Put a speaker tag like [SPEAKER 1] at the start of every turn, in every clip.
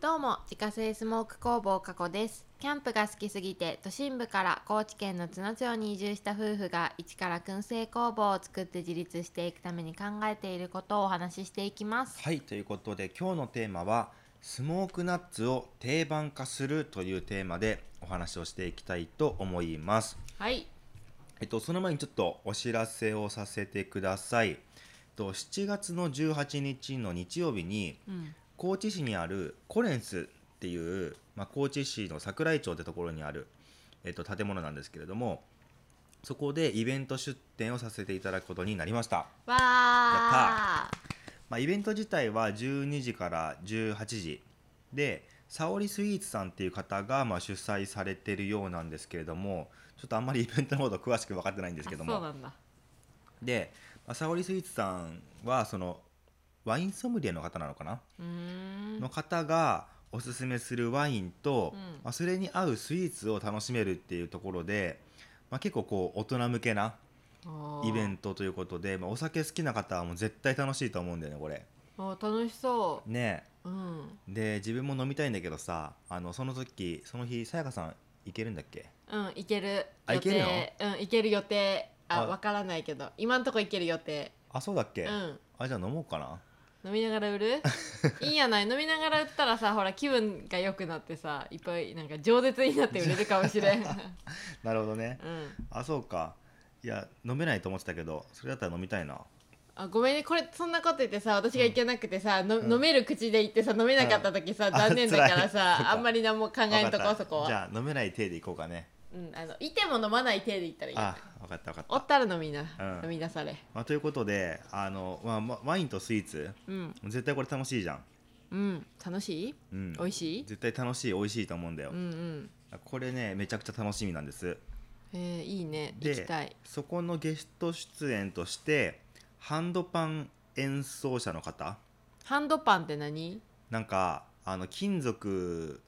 [SPEAKER 1] どうも自家製スモーク工房加古ですキャンプが好きすぎて都心部から高知県の津野町に移住した夫婦が一から燻製工房を作って自立していくために考えていることをお話ししていきます
[SPEAKER 2] はいということで今日のテーマは「スモークナッツを定番化する」というテーマでお話をしていきたいと思います。
[SPEAKER 1] はい
[SPEAKER 2] えっと、その前にちょっとお知らせをさせてください。えっと、7月の18日の日曜日に
[SPEAKER 1] うん
[SPEAKER 2] 高知市にあるコレンスっていう、まあ、高知市の桜井町ってところにある、えっと、建物なんですけれどもそこでイベント出店をさせていただくことになりました。
[SPEAKER 1] わあ
[SPEAKER 2] まあ、イベント自体は12時から18時で沙織スイーツさんっていう方がまあ主催されてるようなんですけれどもちょっとあんまりイベントのこと詳しく分かってないんですけど
[SPEAKER 1] あそう
[SPEAKER 2] も
[SPEAKER 1] なんだ
[SPEAKER 2] で、まあ、沙織スイーツさんはそのワインソムリエの方なのかな、
[SPEAKER 1] うーん
[SPEAKER 2] の方がおすすめするワインと、
[SPEAKER 1] うん
[SPEAKER 2] まあ、それに合うスイーツを楽しめるっていうところで、まあ、結構こう大人向けなイベントということで、まあ、お酒好きな方はもう絶対楽しいと思うんだよねこれ。
[SPEAKER 1] ト楽しそ
[SPEAKER 2] ね
[SPEAKER 1] う
[SPEAKER 2] え
[SPEAKER 1] うん
[SPEAKER 2] で自分も飲みたいんだけどさあのその時その日さやかさん行けるんだっけ
[SPEAKER 1] うん行ける
[SPEAKER 2] あ
[SPEAKER 1] 予
[SPEAKER 2] 行けるの
[SPEAKER 1] 定うん行ける予定あ
[SPEAKER 2] あ
[SPEAKER 1] わからないけど今んとこ行ける予定
[SPEAKER 2] あそうだっけ、
[SPEAKER 1] うん
[SPEAKER 2] あじゃあ飲もうかな
[SPEAKER 1] 飲みながら売 るいいやない飲みながら売ったらさほら気分が良くなってさいっぱいなんか饒舌になって売れるかもし れん、うん、
[SPEAKER 2] なるほどねあそうかいや飲めないと思ってたけどそれだったら飲みたいな
[SPEAKER 1] あごめんねこれそんなこと言ってさ私がいけなくてさ、の
[SPEAKER 2] うん
[SPEAKER 1] 飲める口で言ってさ飲めなかった時さ、
[SPEAKER 2] ん
[SPEAKER 1] 残念だから
[SPEAKER 2] あ辛いそっ
[SPEAKER 1] さ
[SPEAKER 2] か
[SPEAKER 1] あんまり何も考えんと
[SPEAKER 2] わか
[SPEAKER 1] こ
[SPEAKER 2] った
[SPEAKER 1] そこは
[SPEAKER 2] じゃあ飲めない手でいこうかね
[SPEAKER 1] うん、あのいても飲まない手で言ったらいいよ
[SPEAKER 2] あ分かった分かった
[SPEAKER 1] おったら飲みな、
[SPEAKER 2] うん
[SPEAKER 1] 飲みなされ
[SPEAKER 2] まあ、ということであの、まあま、ワインとスイーツ
[SPEAKER 1] うん
[SPEAKER 2] 絶対これ楽しいじゃん、
[SPEAKER 1] うん楽しい
[SPEAKER 2] うん、
[SPEAKER 1] 美味しい
[SPEAKER 2] 絶対楽しい美味しいと思うんだよ
[SPEAKER 1] うんう、ん
[SPEAKER 2] これねめちゃくちゃ楽しみなんです
[SPEAKER 1] えー、いいね
[SPEAKER 2] で
[SPEAKER 1] 行きたい
[SPEAKER 2] そこのゲスト出演としてハンドパン演奏者の方
[SPEAKER 1] ハンドパンって何
[SPEAKER 2] なんかあの金属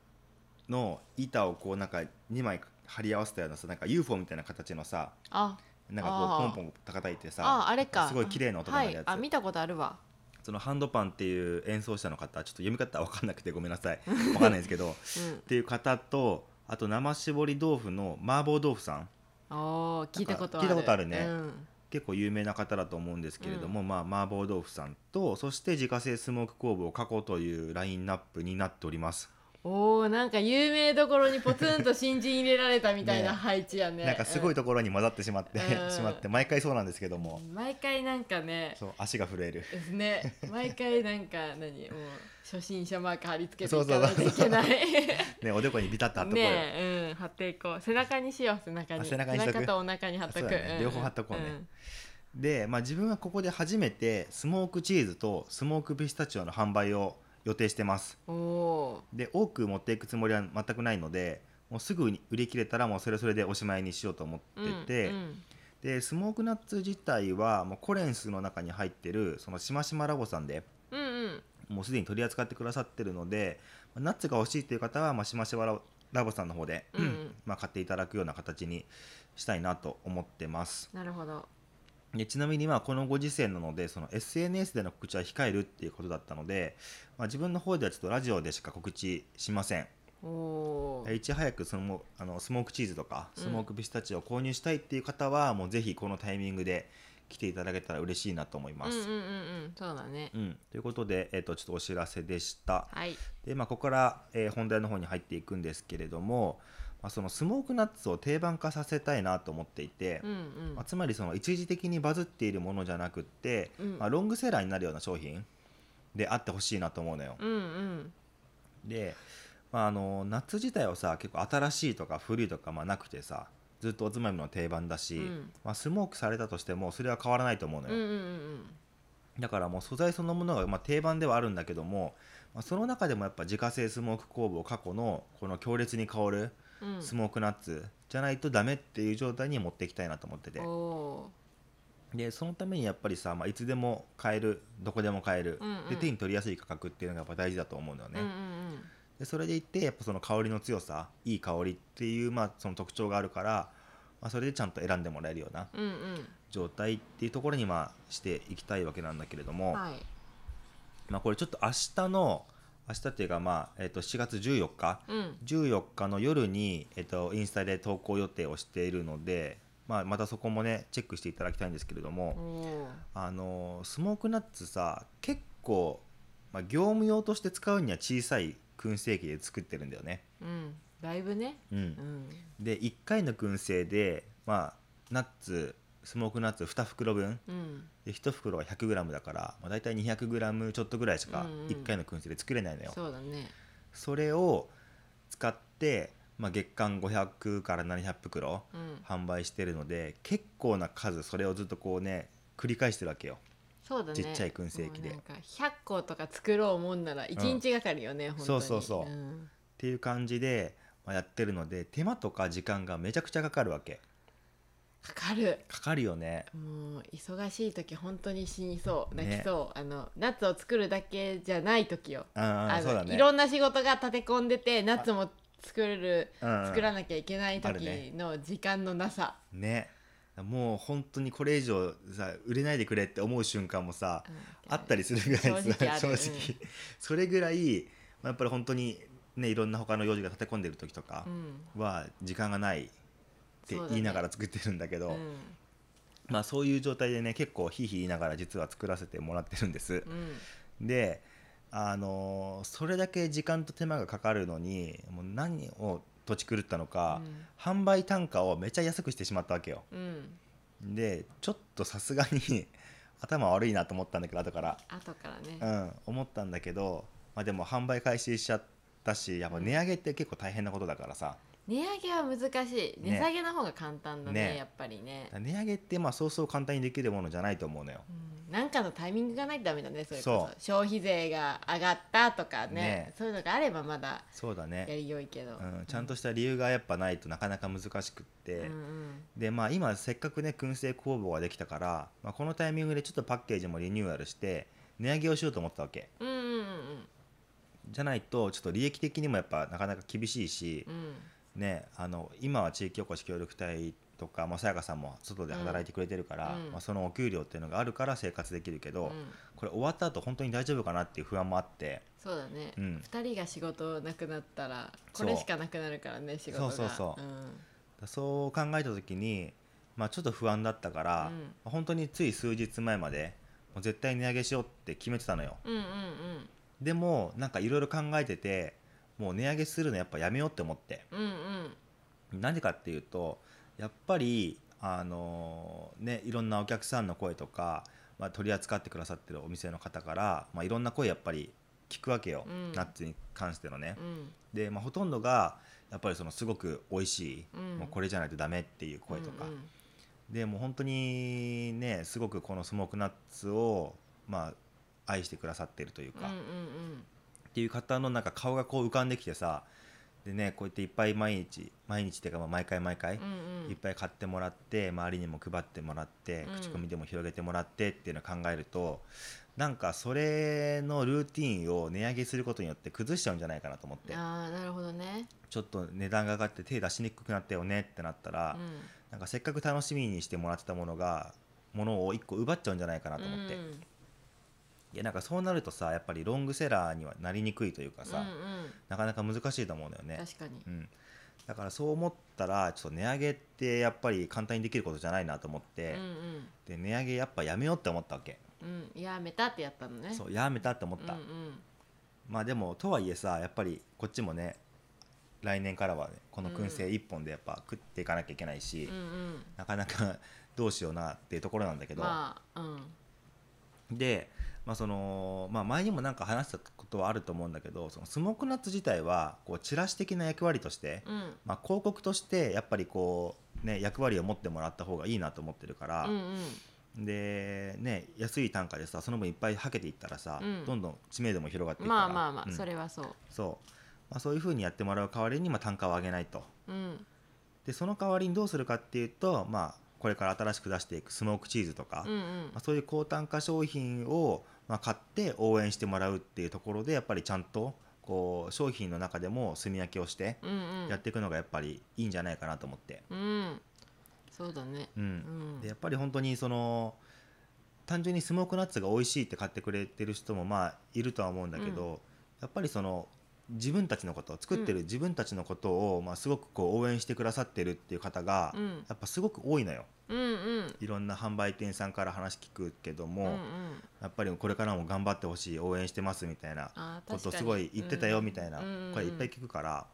[SPEAKER 2] の板をこうなんか2枚貼り合わせたようなさなんか UFO みたいな形のさ
[SPEAKER 1] あ
[SPEAKER 2] なんか
[SPEAKER 1] あ
[SPEAKER 2] こ
[SPEAKER 1] ー
[SPEAKER 2] うポンポン叩いてさ
[SPEAKER 1] ああれ
[SPEAKER 2] なん
[SPEAKER 1] か
[SPEAKER 2] すごい綺麗な音が鳴るやつ、
[SPEAKER 1] はい、あ見たことあるわ
[SPEAKER 2] そのハンドパンっていう演奏者の方ちょっと読み方わかんなくてごめんな さいわかんないですけどっ
[SPEAKER 1] うん
[SPEAKER 2] ていう方とあと生絞り豆腐の麻婆豆腐さん
[SPEAKER 1] おー聞いたことある
[SPEAKER 2] 聞いたことあるね
[SPEAKER 1] うん
[SPEAKER 2] 結構有名な方だと思うんですけれども、まあ麻婆豆腐さんとそして自家製スモーク工房過去というラインナップになっております、
[SPEAKER 1] おーなんか有名どころにポツンと新人入れられたみたいな
[SPEAKER 2] ね
[SPEAKER 1] 配置やね
[SPEAKER 2] なんかすごい
[SPEAKER 1] と、
[SPEAKER 2] ところに混ざってしまって、
[SPEAKER 1] うん
[SPEAKER 2] しまって毎回そうなんですけども、
[SPEAKER 1] 毎回なんかね
[SPEAKER 2] そう足が震える
[SPEAKER 1] で すね毎回なんか何もう初心者マーク貼り付けてい
[SPEAKER 2] そ
[SPEAKER 1] う
[SPEAKER 2] そ
[SPEAKER 1] か
[SPEAKER 2] う
[SPEAKER 1] ないといけない
[SPEAKER 2] ねおでこにビタッと貼っとこうよ、
[SPEAKER 1] ねえ、うん、貼っていこう背中にしよう背中に
[SPEAKER 2] あ背中にしとく
[SPEAKER 1] とお腹に貼っとく、
[SPEAKER 2] そうだね
[SPEAKER 1] ん
[SPEAKER 2] 両方貼っとこうねで、まあ、自分はここで初めてスモークチーズとスモークピスタチオの販売を予定してます
[SPEAKER 1] うんお
[SPEAKER 2] で多く持っていくつもりは全くないのでもうすぐに売り切れたらもうそれはそれでおしまいにしようと思
[SPEAKER 1] ー
[SPEAKER 2] ってて、
[SPEAKER 1] うんうん
[SPEAKER 2] でスモークナッツ自体はもうコレンスの中に入ってるそのしましまラボさんで
[SPEAKER 1] うんうん
[SPEAKER 2] もうすでに取り扱ってくださってるのでまあナッツが欲しいという方は、まあ、しましまラボラボさんの方で、
[SPEAKER 1] うんうん
[SPEAKER 2] まあ、買っていただくような形にしたいなと思ってます
[SPEAKER 1] なるほど
[SPEAKER 2] でちなみにまあこのご時世なのでその SNS での告知は控えるっていうことだったので、まあ、自分の方ではちょっとラジオでしか告知しません
[SPEAKER 1] おー
[SPEAKER 2] いち早くそのあのスモークチーズとか
[SPEAKER 1] うん
[SPEAKER 2] スモークピスタチオを購入したいっていう方は、もうぜひこのタイミングで来ていただけたら嬉しいなと思いま
[SPEAKER 1] うんうん
[SPEAKER 2] す。
[SPEAKER 1] うんうんそうだね
[SPEAKER 2] うんということで、えっとちょっとお知らせでした。
[SPEAKER 1] はい
[SPEAKER 2] でまあ、ここから、えー本題の方に入っていくんですけれども、まあ、そのスモークナッツを定番化させたいなと思っていて、
[SPEAKER 1] うんうん
[SPEAKER 2] まあ、つまりその一時的にバズっているものじゃなくって、
[SPEAKER 1] うん
[SPEAKER 2] まあ、ロングセラーになるような商品であってほしいなと思うのよ。
[SPEAKER 1] うんうん
[SPEAKER 2] で、まあ、あの夏自体はさ結構新しいとか古いとか、まあ、なくてさずっとおつまみの定番だし、
[SPEAKER 1] うん
[SPEAKER 2] まあ、スモークされたとしてもそれは変わらないと思うの
[SPEAKER 1] うん
[SPEAKER 2] よ、
[SPEAKER 1] うんうん
[SPEAKER 2] だからもう素材そのものが、まあ、定番ではあるんだけども、まあ、その中でもやっぱ自家製スモーク工房過去のこの強烈に香る
[SPEAKER 1] うん
[SPEAKER 2] スモークナッツじゃないとダメっていう状態に持っていきたいなと思ってて、
[SPEAKER 1] お
[SPEAKER 2] でそのためにやっぱりさ、まあ、いつでも買えるどこでも買える、
[SPEAKER 1] うんうん
[SPEAKER 2] で手に取りやすい価格っていうのがやっぱ大事だと思うんだよ
[SPEAKER 1] ー
[SPEAKER 2] ね、
[SPEAKER 1] うんうん
[SPEAKER 2] でそれでいってやっぱその香りの強さいい香りっていう、まあ、その特徴があるから、まあ、それでちゃんと選んでもらえるような
[SPEAKER 1] うんうん
[SPEAKER 2] 状態っていうところにまあしていきたいわけなんだけれど
[SPEAKER 1] う
[SPEAKER 2] も、
[SPEAKER 1] んはい
[SPEAKER 2] まあ、これちょっと明日の明日っていうかまあ、えっと7月14日
[SPEAKER 1] うん
[SPEAKER 2] 14日の夜に、えっと、インスタで投稿予定をしているので、まあ、またそこもねチェックしていただきたいんですけれども、
[SPEAKER 1] おー
[SPEAKER 2] あのスモークナッツさ結構、まあ、業務用として使うには小さい燻製機で作ってるんだよね。
[SPEAKER 1] うんだいぶね
[SPEAKER 2] うん
[SPEAKER 1] うん
[SPEAKER 2] で1回の燻製で、まあ、ナッツスモークナッツ2袋分
[SPEAKER 1] うん
[SPEAKER 2] で1袋は 100g だから、まあ、大体 200g ちょっとぐらいしか
[SPEAKER 1] うんうん
[SPEAKER 2] 1回の燻製で作れないのよ。
[SPEAKER 1] そうだね
[SPEAKER 2] それを使って、まあ、月間500から700袋
[SPEAKER 1] うん
[SPEAKER 2] 販売してるので結構な数それをずっとこうね繰り返してるわけよ
[SPEAKER 1] そうだね
[SPEAKER 2] ちっちゃい燻製機で
[SPEAKER 1] もうなんか100個とか作ろうもんなら1日がかりよね、本当に
[SPEAKER 2] そうそうそうんっていう感じで、まあ、やってるので手間とか時間がめちゃくちゃかかるわけ
[SPEAKER 1] かかる
[SPEAKER 2] かかるよね
[SPEAKER 1] もう忙しい時本当に死にそう
[SPEAKER 2] ね
[SPEAKER 1] 泣きそう、あのナッツを作るだけじゃない時よ
[SPEAKER 2] あ
[SPEAKER 1] あ
[SPEAKER 2] あ
[SPEAKER 1] の
[SPEAKER 2] そうだね
[SPEAKER 1] いろんな仕事が立て込んでてナッツも作る
[SPEAKER 2] うん
[SPEAKER 1] 作らなきゃいけない
[SPEAKER 2] あるね
[SPEAKER 1] 時の時間のなさ、
[SPEAKER 2] ねもう本当にこれ以上さ売れないでくれって思う瞬間もさあった
[SPEAKER 1] り
[SPEAKER 2] りするぐらいさ
[SPEAKER 1] 正直ある
[SPEAKER 2] 正直
[SPEAKER 1] うん
[SPEAKER 2] それぐらい、まあ、やっぱり本当にねいろんな他の用事が立て込んでる時とか
[SPEAKER 1] うん
[SPEAKER 2] は時間がないって
[SPEAKER 1] そうだね
[SPEAKER 2] 言いながら作ってるんだけど
[SPEAKER 1] うん
[SPEAKER 2] まあそういう状態でね結構ひいひい言いながら実は作らせてもらってるんです
[SPEAKER 1] う、ん
[SPEAKER 2] であのーそれだけ時間と手間がかかるのにもう何を土地狂ったのか、販売単価をめちゃ安くしてしまったわけよ
[SPEAKER 1] うんうん
[SPEAKER 2] でちょっとさすがに 頭悪いなと思ったんだけど後から
[SPEAKER 1] 後からね、
[SPEAKER 2] うん思ったんだけど、まあ、でも販売開始しちゃったしやっぱ値上げって結構大変なことだからさ、
[SPEAKER 1] 値上げは難しい値
[SPEAKER 2] ね
[SPEAKER 1] 下げの方が簡単だね
[SPEAKER 2] ね
[SPEAKER 1] やっぱりね
[SPEAKER 2] だから値上げってまあそうそう簡単にできるものじゃないと思うのよ
[SPEAKER 1] うんなんかのタイミングがないとダメだねそれこそ
[SPEAKER 2] そう
[SPEAKER 1] 消費税が上がったとかね
[SPEAKER 2] ね
[SPEAKER 1] そういうのがあればまだ
[SPEAKER 2] そうだ
[SPEAKER 1] や
[SPEAKER 2] ね、
[SPEAKER 1] りよいけど、
[SPEAKER 2] うん、ちゃんとした理由がやっぱないとなかなか難しくって、
[SPEAKER 1] うんうん
[SPEAKER 2] でまあ今せっかくね燻製工房ができたから、まあ、このタイミングでちょっとパッケージもリニューアルして値上げをしようと思ったわけ
[SPEAKER 1] うんうんうん
[SPEAKER 2] じゃないとちょっと利益的にもやっぱなかなか厳しいし
[SPEAKER 1] う、ん
[SPEAKER 2] ねあの今は地域おこし協力隊とか、まあ、さやかさんも外で働いてくれてるから、
[SPEAKER 1] うん
[SPEAKER 2] まあ、そのお給料っていうのがあるから生活できるけど、
[SPEAKER 1] うん
[SPEAKER 2] これ終わった後本当に大丈夫かなっていう不安もあって
[SPEAKER 1] そうだね、
[SPEAKER 2] う
[SPEAKER 1] 二
[SPEAKER 2] ん
[SPEAKER 1] 人が仕事なくなったら
[SPEAKER 2] そ
[SPEAKER 1] こ
[SPEAKER 2] う
[SPEAKER 1] れしかなくなるからね仕事が
[SPEAKER 2] そうそうそう
[SPEAKER 1] う、ん
[SPEAKER 2] そう考えた時に、まあ、ちょっと不安だったから、
[SPEAKER 1] うん
[SPEAKER 2] 本当につい数日前までもう絶対値上げしようって決めてたのよ。
[SPEAKER 1] うんうん
[SPEAKER 2] でもなんかいろいろ考えててもう値上げするのやっぱやめようって思って
[SPEAKER 1] うんうんうん
[SPEAKER 2] なんでかっていうとやっぱりあのねいろんなお客さんの声とか、まあ、取り扱ってくださってるお店の方から、まあ、いろんな声やっぱり聞くわけよ、
[SPEAKER 1] うん
[SPEAKER 2] ナッツに関してのね
[SPEAKER 1] う。ん
[SPEAKER 2] で、まあ、ほとんどがやっぱりそのすごく美味しい、
[SPEAKER 1] うん
[SPEAKER 2] もうこれじゃないとダメっていう声とか、
[SPEAKER 1] うんうん
[SPEAKER 2] でもう本当にねすごくこのスモークナッツを、まあ、愛してくださってるというか。
[SPEAKER 1] うんうん
[SPEAKER 2] っていう方のなんか顔がこう浮かんできてさでねこうやっていっぱい毎日毎日っていうかまあ毎回毎回
[SPEAKER 1] うんうんうん
[SPEAKER 2] いっぱい買ってもらって周りにも配ってもらって
[SPEAKER 1] うん
[SPEAKER 2] 口コミでも広げてもらってっていうのを考えるとなんかそれのルーティンを値上げすることによって崩しちゃうんじゃないかなと思って
[SPEAKER 1] ああなるほどね、
[SPEAKER 2] ちょっと値段が上がって手出しにくくなったよねってなったら
[SPEAKER 1] うん
[SPEAKER 2] なんかせっかく楽しみにしてもらってたものがものを1個奪っちゃうんじゃないかなと思って
[SPEAKER 1] うん
[SPEAKER 2] いやなんかそうなるとさやっぱりロングセラーにはなりにくいというかさ、
[SPEAKER 1] うんうん
[SPEAKER 2] なかなか難しいと思うんだよね。
[SPEAKER 1] 確かに
[SPEAKER 2] うん、だからそう思ったらちょっと値上げってやっぱり簡単にできることじゃないなと思って
[SPEAKER 1] う、ん
[SPEAKER 2] で値上げやっぱやめようって思ったわけ、
[SPEAKER 1] うんうんやめたってやったのね
[SPEAKER 2] そうやめたって思った、
[SPEAKER 1] うんうん
[SPEAKER 2] まあでもとはいえさやっぱりこっちもね来年からはねこの燻製一本でやっぱ食っていかなきゃいけないし、
[SPEAKER 1] うんうん
[SPEAKER 2] なかなかどうしようなっていうところなんだけど、
[SPEAKER 1] まあうん
[SPEAKER 2] で、まあそのまあ、前にもなんか話したことはあると思うんだけどそのスモークナッツ自体はこうチラシ的な役割として、
[SPEAKER 1] うん
[SPEAKER 2] まあ、広告としてやっぱりこう、ね、役割を持ってもらった方がいいなと思ってるから
[SPEAKER 1] うん、うん
[SPEAKER 2] で、ね、安い単価でさその分いっぱいはけていったらさ、
[SPEAKER 1] うん
[SPEAKER 2] どんどん知名度も広がっていくから
[SPEAKER 1] まあまあまあ、
[SPEAKER 2] うん
[SPEAKER 1] それはそう
[SPEAKER 2] そうまあ、そういうふうにやってもらう代わりに、まあ、単価を上げないと
[SPEAKER 1] うん
[SPEAKER 2] でその代わりにどうするかっていうと、まあ、これから新しく出していくスモークチーズとか、
[SPEAKER 1] うんうん
[SPEAKER 2] まあ、そういう高単価商品を、まあ、買って応援してもらうっていうところでやっぱりちゃんとこう商品の中でも炭焼きをして
[SPEAKER 1] うんうん
[SPEAKER 2] やっていくのがやっぱりいいんじゃないかなと思って。
[SPEAKER 1] うんそうだね
[SPEAKER 2] うん
[SPEAKER 1] うん
[SPEAKER 2] でやっぱり本当にその単純にスモークナッツが美味しいって買ってくれてる人もまあいるとは思うんだけど、ややっぱりその自分たちのこと作ってる自分たちのことを、まあ、すごくこう応援してくださってるっていう方が、
[SPEAKER 1] うん
[SPEAKER 2] やっぱすごく多いのよ
[SPEAKER 1] うんうん
[SPEAKER 2] いろんな販売店さんから話聞くけども、
[SPEAKER 1] うんうん
[SPEAKER 2] やっぱりこれからも頑張ってほしい応援してますみたいな
[SPEAKER 1] あー
[SPEAKER 2] こ
[SPEAKER 1] 確
[SPEAKER 2] と
[SPEAKER 1] かに
[SPEAKER 2] すごい言ってたよみたいな
[SPEAKER 1] うんうんうん
[SPEAKER 2] 声いっぱい聞くから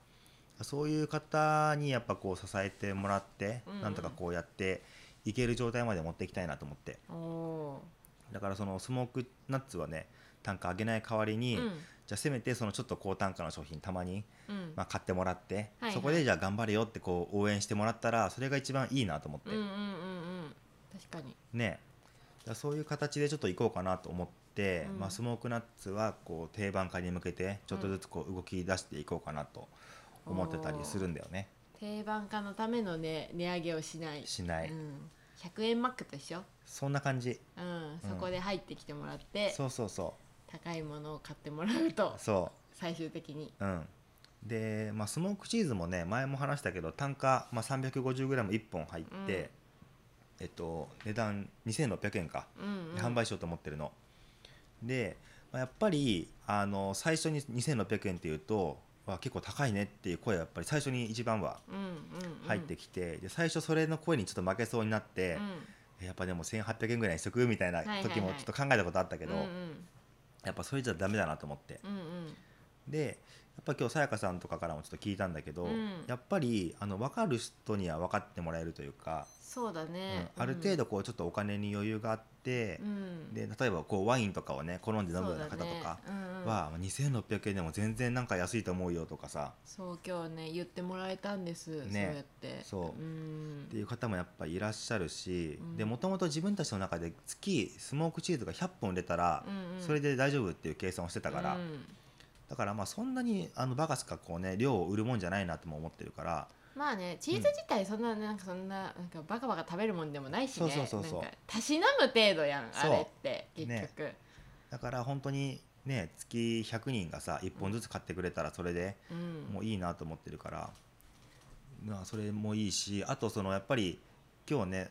[SPEAKER 2] そういう方にやっぱこう支えてもらって
[SPEAKER 1] うんうん
[SPEAKER 2] なんとかこうやっていける状態まで持っていきたいなと思って
[SPEAKER 1] おお
[SPEAKER 2] だからそのスモークナッツはね単価上げない代わり
[SPEAKER 1] ー
[SPEAKER 2] に
[SPEAKER 1] うん
[SPEAKER 2] じゃあせめてそのちょっと高単価の商品たまに
[SPEAKER 1] うん
[SPEAKER 2] まあ買ってもらって
[SPEAKER 1] はいはい
[SPEAKER 2] そこでじゃあ頑張れよってこう応援してもらったらそれが一番いいなと思って
[SPEAKER 1] うんうんうんうん確かに
[SPEAKER 2] ねだからそういう形でちょっと行こうかなと思って、
[SPEAKER 1] うん
[SPEAKER 2] まあ、スモークナッツはこう定番化に向けてちょっとずつこう動き出していこうかなと思ってたりするんだよね、
[SPEAKER 1] 定番化のためのね値上げをしない
[SPEAKER 2] しない、
[SPEAKER 1] うん、100円マックと一緒、
[SPEAKER 2] そんな感じ
[SPEAKER 1] うん、そこで入ってきてもらって、
[SPEAKER 2] そうそうそ
[SPEAKER 1] 高いものを買ってもらうと
[SPEAKER 2] うそ
[SPEAKER 1] 最終的に
[SPEAKER 2] ううんで、まあ、スモークチーズもね前も話したけど単価、まあ、350g1 本入って、
[SPEAKER 1] うん
[SPEAKER 2] えっと値段2600円か
[SPEAKER 1] うんうん
[SPEAKER 2] 販売しようと思ってるの。で、まあやっぱりあの最初に2600円っていうとわ結構高いねっていう声がやっぱり最初に一番は
[SPEAKER 1] うんうんうん
[SPEAKER 2] 入ってきて、で最初それの声にちょっと負けそうになって
[SPEAKER 1] うん、
[SPEAKER 2] やっぱでも1800円ぐらいにしとくみたいな
[SPEAKER 1] はいはいはい
[SPEAKER 2] 時もちょっと考えたことあったけど、
[SPEAKER 1] うんうん
[SPEAKER 2] やっぱそれじゃダメだなと思って。
[SPEAKER 1] うんうん
[SPEAKER 2] でやっぱ今日さやかさんとかからもちょっと聞いたんだけど、
[SPEAKER 1] うん
[SPEAKER 2] やっぱりあの分かる人には分かってもらえるというか、
[SPEAKER 1] そうだね、
[SPEAKER 2] うんある程度こうちょっとお金に余裕があって、
[SPEAKER 1] うん
[SPEAKER 2] で例えばこうワインとかをね好んで飲むような方とか
[SPEAKER 1] そうだねうんうん
[SPEAKER 2] は、2600円でも全然なんか安いと思うよとかさ
[SPEAKER 1] そう今日ね言ってもらえたんです、
[SPEAKER 2] ね
[SPEAKER 1] そうやって
[SPEAKER 2] そう
[SPEAKER 1] うん
[SPEAKER 2] っていう方もやっぱいらっしゃるし、
[SPEAKER 1] うん
[SPEAKER 2] でもともと自分たちの中で月スモークチーズが100本売れたら、
[SPEAKER 1] うんうん
[SPEAKER 2] それで大丈夫っていう計算をしてたから、
[SPEAKER 1] うん
[SPEAKER 2] だからまあそんなにあのバカスカこうね量を売るもんじゃないなとも思ってるから
[SPEAKER 1] まあねチーズ自体そんな,、なんかそんななんかバカバカ食べるもんでもないしね
[SPEAKER 2] そうそうそうそう
[SPEAKER 1] なんかたしなむ程度やん
[SPEAKER 2] そ
[SPEAKER 1] あ
[SPEAKER 2] う
[SPEAKER 1] れって結局、
[SPEAKER 2] だから本当にね月100人がさ1本ずつ買ってくれたらそれで
[SPEAKER 1] うん、
[SPEAKER 2] もういいなと思ってるから、まあ、それもいいしあとそのやっぱり今日ね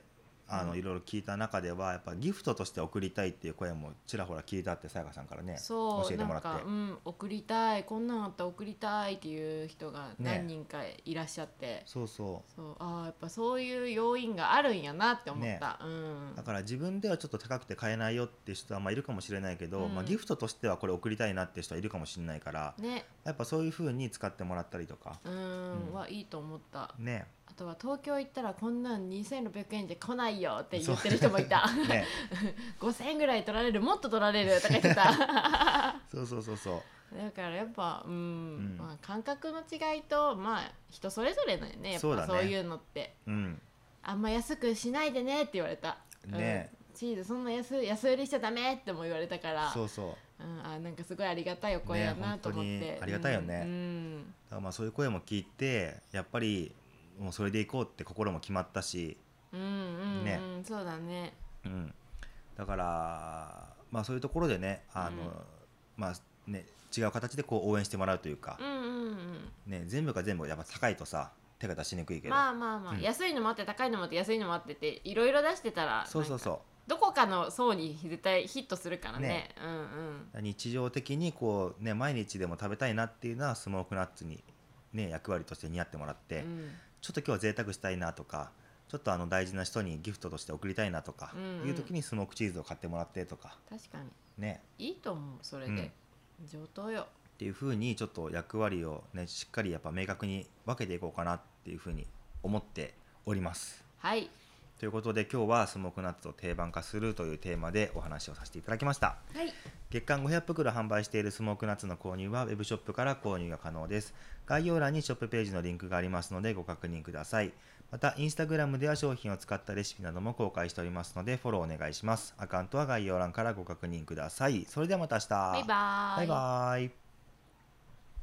[SPEAKER 2] あの
[SPEAKER 1] うん
[SPEAKER 2] いろいろ聞いた中ではやっぱギフトとして送りたいっていう声もちらほら聞いたってさやかさんからね
[SPEAKER 1] そう
[SPEAKER 2] 教えてもらって
[SPEAKER 1] なんか、うん、送りたいこんなんあったら送りたいっていう人が何人かいらっしゃって、
[SPEAKER 2] そうそ
[SPEAKER 1] そうあーやっぱそういう要因があるんやなって思った、うん
[SPEAKER 2] うだから自分ではちょっと高くて買えないよって人はまあいるかもしれないけど、
[SPEAKER 1] うん
[SPEAKER 2] まあ、ギフトとしてはこれ送りたいなって人はいるかもしれないから
[SPEAKER 1] ね
[SPEAKER 2] やっぱそういう風に使ってもらったりとか
[SPEAKER 1] うん、
[SPEAKER 2] うん
[SPEAKER 1] はいいと思った
[SPEAKER 2] ね
[SPEAKER 1] あとは東京行ったらこんなん2600円じゃ来ないよって言ってる人もいた
[SPEAKER 2] ね
[SPEAKER 1] 5000円ぐらい取られるもっと取られるとか言って た
[SPEAKER 2] そうそうそうそう
[SPEAKER 1] だからやっぱうん、
[SPEAKER 2] ん
[SPEAKER 1] まあ、感覚の違いとまあ人それぞれだよねやっ
[SPEAKER 2] そうだ
[SPEAKER 1] ぱ
[SPEAKER 2] ね
[SPEAKER 1] そういうのって
[SPEAKER 2] うん
[SPEAKER 1] あんま安くしないでねって言われた、
[SPEAKER 2] ね
[SPEAKER 1] うんチーズそんな安安売りしちゃダメっても言われたから
[SPEAKER 2] そうそ
[SPEAKER 1] う
[SPEAKER 2] う
[SPEAKER 1] ん、あなんかすごいありがたいお声やな
[SPEAKER 2] ね
[SPEAKER 1] と思って、
[SPEAKER 2] 本当にありがたいよね
[SPEAKER 1] うん
[SPEAKER 2] だからまあそういう声も聞いてやっぱりもうそれでいこうって心も決まったし、
[SPEAKER 1] うんうんうん、
[SPEAKER 2] ね
[SPEAKER 1] そうだね
[SPEAKER 2] うん、だからまあそういうところでねあの、
[SPEAKER 1] うん
[SPEAKER 2] まあね違う形でこう応援してもらうというか
[SPEAKER 1] う、んうんうん
[SPEAKER 2] ね、全部が全部やっぱ高いとさ手が出しにくいけど、
[SPEAKER 1] まあまあまあ、
[SPEAKER 2] うん
[SPEAKER 1] 安いのもあって高いのもあって安いのもあってっていろいろ出してたら
[SPEAKER 2] そうそう
[SPEAKER 1] なんか
[SPEAKER 2] そ
[SPEAKER 1] どこかの層に絶対ヒットするからね
[SPEAKER 2] ね
[SPEAKER 1] うんうん
[SPEAKER 2] う日常的にこうね毎日でも食べたいなっていうのはスモークナッツに、ね、役割として似合ってもらって、
[SPEAKER 1] うん
[SPEAKER 2] ちょっと今日は贅沢したいなとかちょっとあの大事な人にギフトとして送りたいなとか、
[SPEAKER 1] うんうん
[SPEAKER 2] いう時にスモークチーズを買ってもらってとか
[SPEAKER 1] 確かに
[SPEAKER 2] ね
[SPEAKER 1] いいと思うそれで、上等よ
[SPEAKER 2] っていうふうにちょっと役割をねしっかりやっぱ明確に分けていこうかなっていうふうに思っております。
[SPEAKER 1] はい
[SPEAKER 2] ということで今日はスモークナッツを定番化するというテーマでお話をさせていただきました
[SPEAKER 1] はい
[SPEAKER 2] 月間500袋販売しているスモークナッツの購入はウェブショップから購入が可能です概要欄にショップページのリンクがありますのでご確認くださいまたインスタグラムでは商品を使ったレシピなども公開しておりますのでフォローお願いしますアカウントは概要欄からご確認くださいそれではまた明日
[SPEAKER 1] バイバーイ
[SPEAKER 2] バイバイ